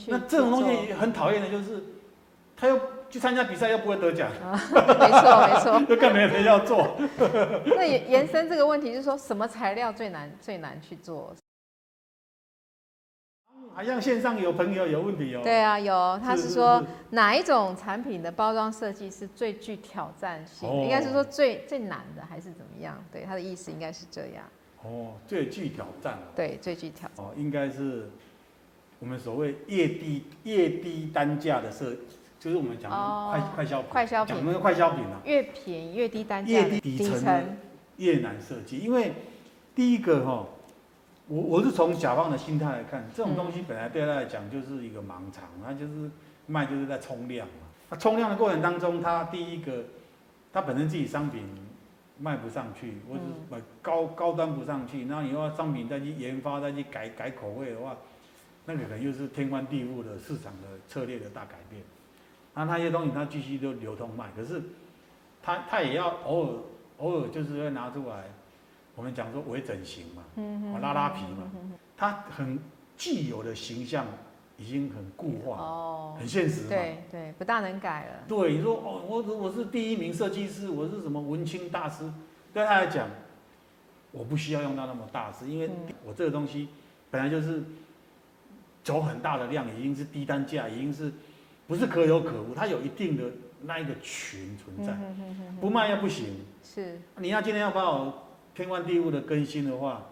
去那这种东去西很讨厌的，就是他又去参加比赛又不会得奖，做 没错没错。又更没人要做。那延延伸这个问题，就是说什么材料最难最难去哦做？好像线上有朋友有问题哦。对啊，有是，他是说哪一种产品的包装设计是最具挑战性的？哦应该是说最最难的，还是怎么样？对，他的意思应该是这样。哦，最具挑战了对，最具挑哦，应该是我们所谓越低越低单价的设，就是我们讲哦快快消品，快消品讲那个快消品啊，越便宜越低单价越的底低层的层，越难设计，因为第一个哈、哦，我我是从甲方的心态来看，这种东西本来对他来讲就是一个盲场，他就是卖就是在冲量嘛。那冲量的过程当中，他第一个，他本身自己商品卖不上去，或者嗯买高高端不上去，那你又要商品再去研发，再去改改口味的话，那个可能又是天翻地覆的市场的策略的大改变。那那些东西它继续都流通卖，可是它它也要偶尔偶尔就是会拿出来，我们讲说微整形嘛，嗯哦拉拉皮嘛，它很既有的形象已经很固化，哦，很现实嘛。对对，不大能改了。对，你说哦，我我是第一名设计师，我是什么文青大师，对他来讲，我不需要用到那么大师，因为嗯我这个东西本来就是走很大的量，已经是低单价，已经是不是可有可无，它有一定的那一个群存在，嗯哼哼哼不卖又不行。是你要今天要把我天翻地覆的更新的话，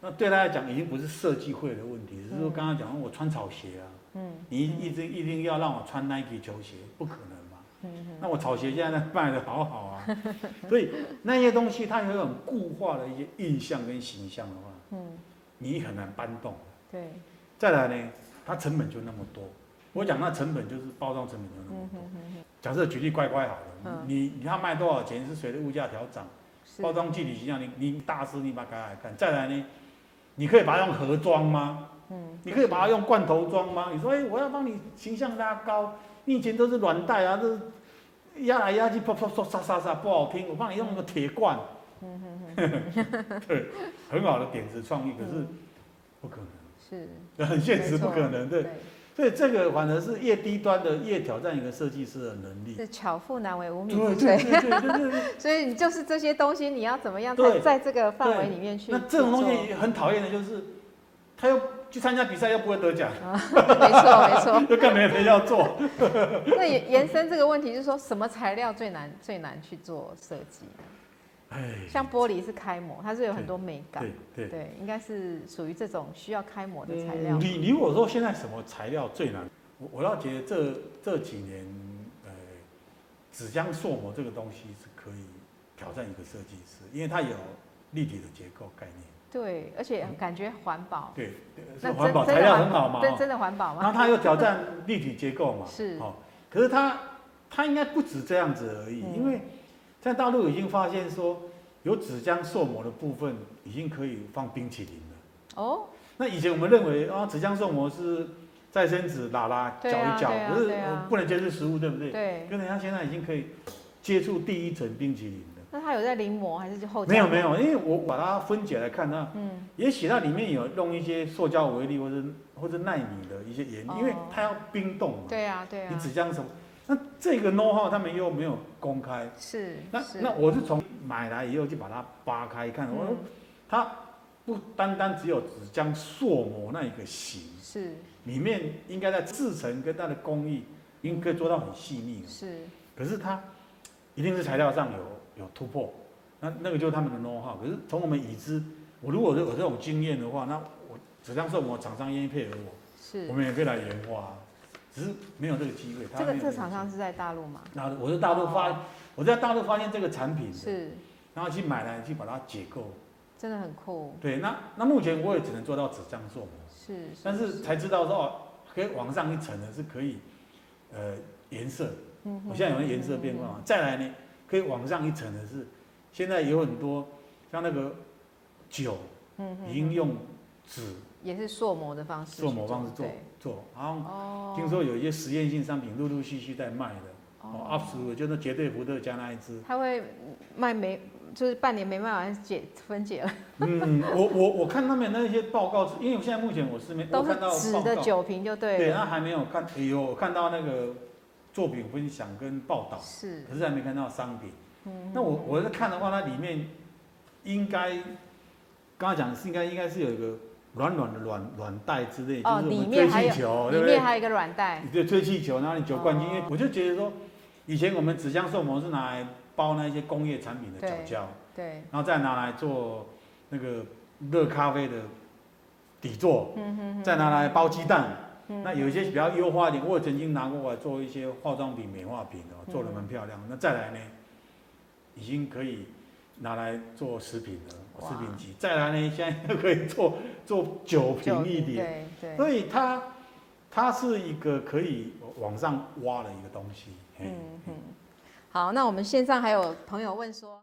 那对他来讲已经不是设计会的问题，只是说刚刚讲我穿草鞋啊，嗯你一直一定要让我穿 Nike 球鞋，不可能嘛。嗯那我草鞋现在卖的好好啊， 所以那些东西它有一种固化的一些印象跟形象的话，哼嗯，你很难搬动。对，再来呢，它成本就那么多。我讲那成本就是包装成本就那么嗯多。哼哼哼，假设举例乖乖好了嗯，你你它卖多少钱是随着物价调整，是包装具体形象，你你大师你把它改改看。再来呢，你可以把它用盒装吗？嗯你可以把它用罐头装吗？你说，哎、我要帮你形象拉高，你以前都是软袋啊，都是压来压去，啪啪啪沙沙沙，不好听，我帮你用个铁罐，嗯哼哼，很好的点子创意，可是嗯不可是能， 很现实，没错不可能，对。对。所以这个反而是越低端的越挑战一个设计师的能力。是巧妇难为无米对之对炊，对对对对。 所以你就是这些东西，你要怎么样在对在这个范围对里面去？那这种东去做西很讨厌的就是，他又去参加比赛又不会得奖，没错，没错。又更没人要做。那延延伸这个问题，就是说什么材料最难最难去做设计呢？哎，像玻璃是开模，它是有很多美感对，对。对，应该是属于这种需要开模的材料嗯。你你我说现在什么材料最难？我我倒觉得这这几年，呃，纸浆塑模这个东西是可以挑战一个设计师，因为它有立体的结构概念，对，而且感觉环保，对，对哦那真是环保真材的料环很好嘛，真哦真的环保然吗？后它又挑战立体结构嘛， 是哦，可是它它应该不止这样子而已，嗯因为在大陆已经发现说有纸浆塑模的部分已经可以放冰淇淋了。哦，那以前我们认为啊，纸浆送膜是再生纸拉拉搅对啊一搅，对啊可是呃对啊不能接触食物，对不对？对。可是他现在已经可以接触第一层冰淇淋了。那它有在临摹还是就后加没有工没，有，因为我把它分解来看，那嗯，也许它里面有用一些塑胶微粒或者或者纳米的一些原哦料，因为它要冰冻嘛。、对啊对你啊，纸浆什么？那这个 know how 他们又没有公开，是那是那我是从买来以后就把它扒开看，我说嗯它不单单只有纸浆塑模那一个形，是里面应该在制成跟它的工艺，应该做到很细腻了。是可是它一定是材料上有有突破，那那个就是他们的 know how。可是从我们已知，我如果有这种经验的话，那我只要说我们厂商愿意配合我，是我。们也可以来研发啊，只是没有这个机会。他这个没有这个厂机会，商是在大陆吗？那我在大陆发，哦我在大陆发现这个产品的，是，然后去买来去把它解构。真的很酷，对，那那目前我也只能做到纸浆做模。是。但是才知道说，哦，可以往上一层呢是可以，呃，颜色，嗯哼我现在有颜色变化嘛。再来呢，可以往上一层的是，现在有很多像那个酒嗯哼已经用纸也是塑模的方式去，做某方式做对做，然后哦，听说有一些实验性商品陆陆续续在卖的，哦哦， ，UP 主就是绝对伏特加那一支，他会卖美就是半年没办法解分解了，嗯， 我我我看他们那些报告，因为我现在目前我是没都我是看到纸报的告酒瓶就对对，了。那还没有看，有我看到那个作品分享跟报道，是，可是还没看到商品。嗯那我我在看的话，它里面应该刚刚讲是应该应该是有一个软软的软软袋之类，就哦是我里们面追还有气球，对里不面对？还有一个软袋，你就追气球，然后你酒灌进，因为哦我就觉得说，以前我们纸箱寿膜是拿来包那些工业产品的对角胶，对，然后再拿来做那个热咖啡的底座，嗯哼再拿来包鸡蛋。哼那有一些比较优化一点，我也曾经拿过来做一些化妆品、美化品哦，嗯做的蛮漂亮。那再来呢，已经可以拿来做食品了，哇食品级。再来呢，现在又可以做 做酒酒瓶一点，对对，所以它它是一个可以往上挖的一个东西。嘿嗯哼。好，那我们线上还有朋友问说。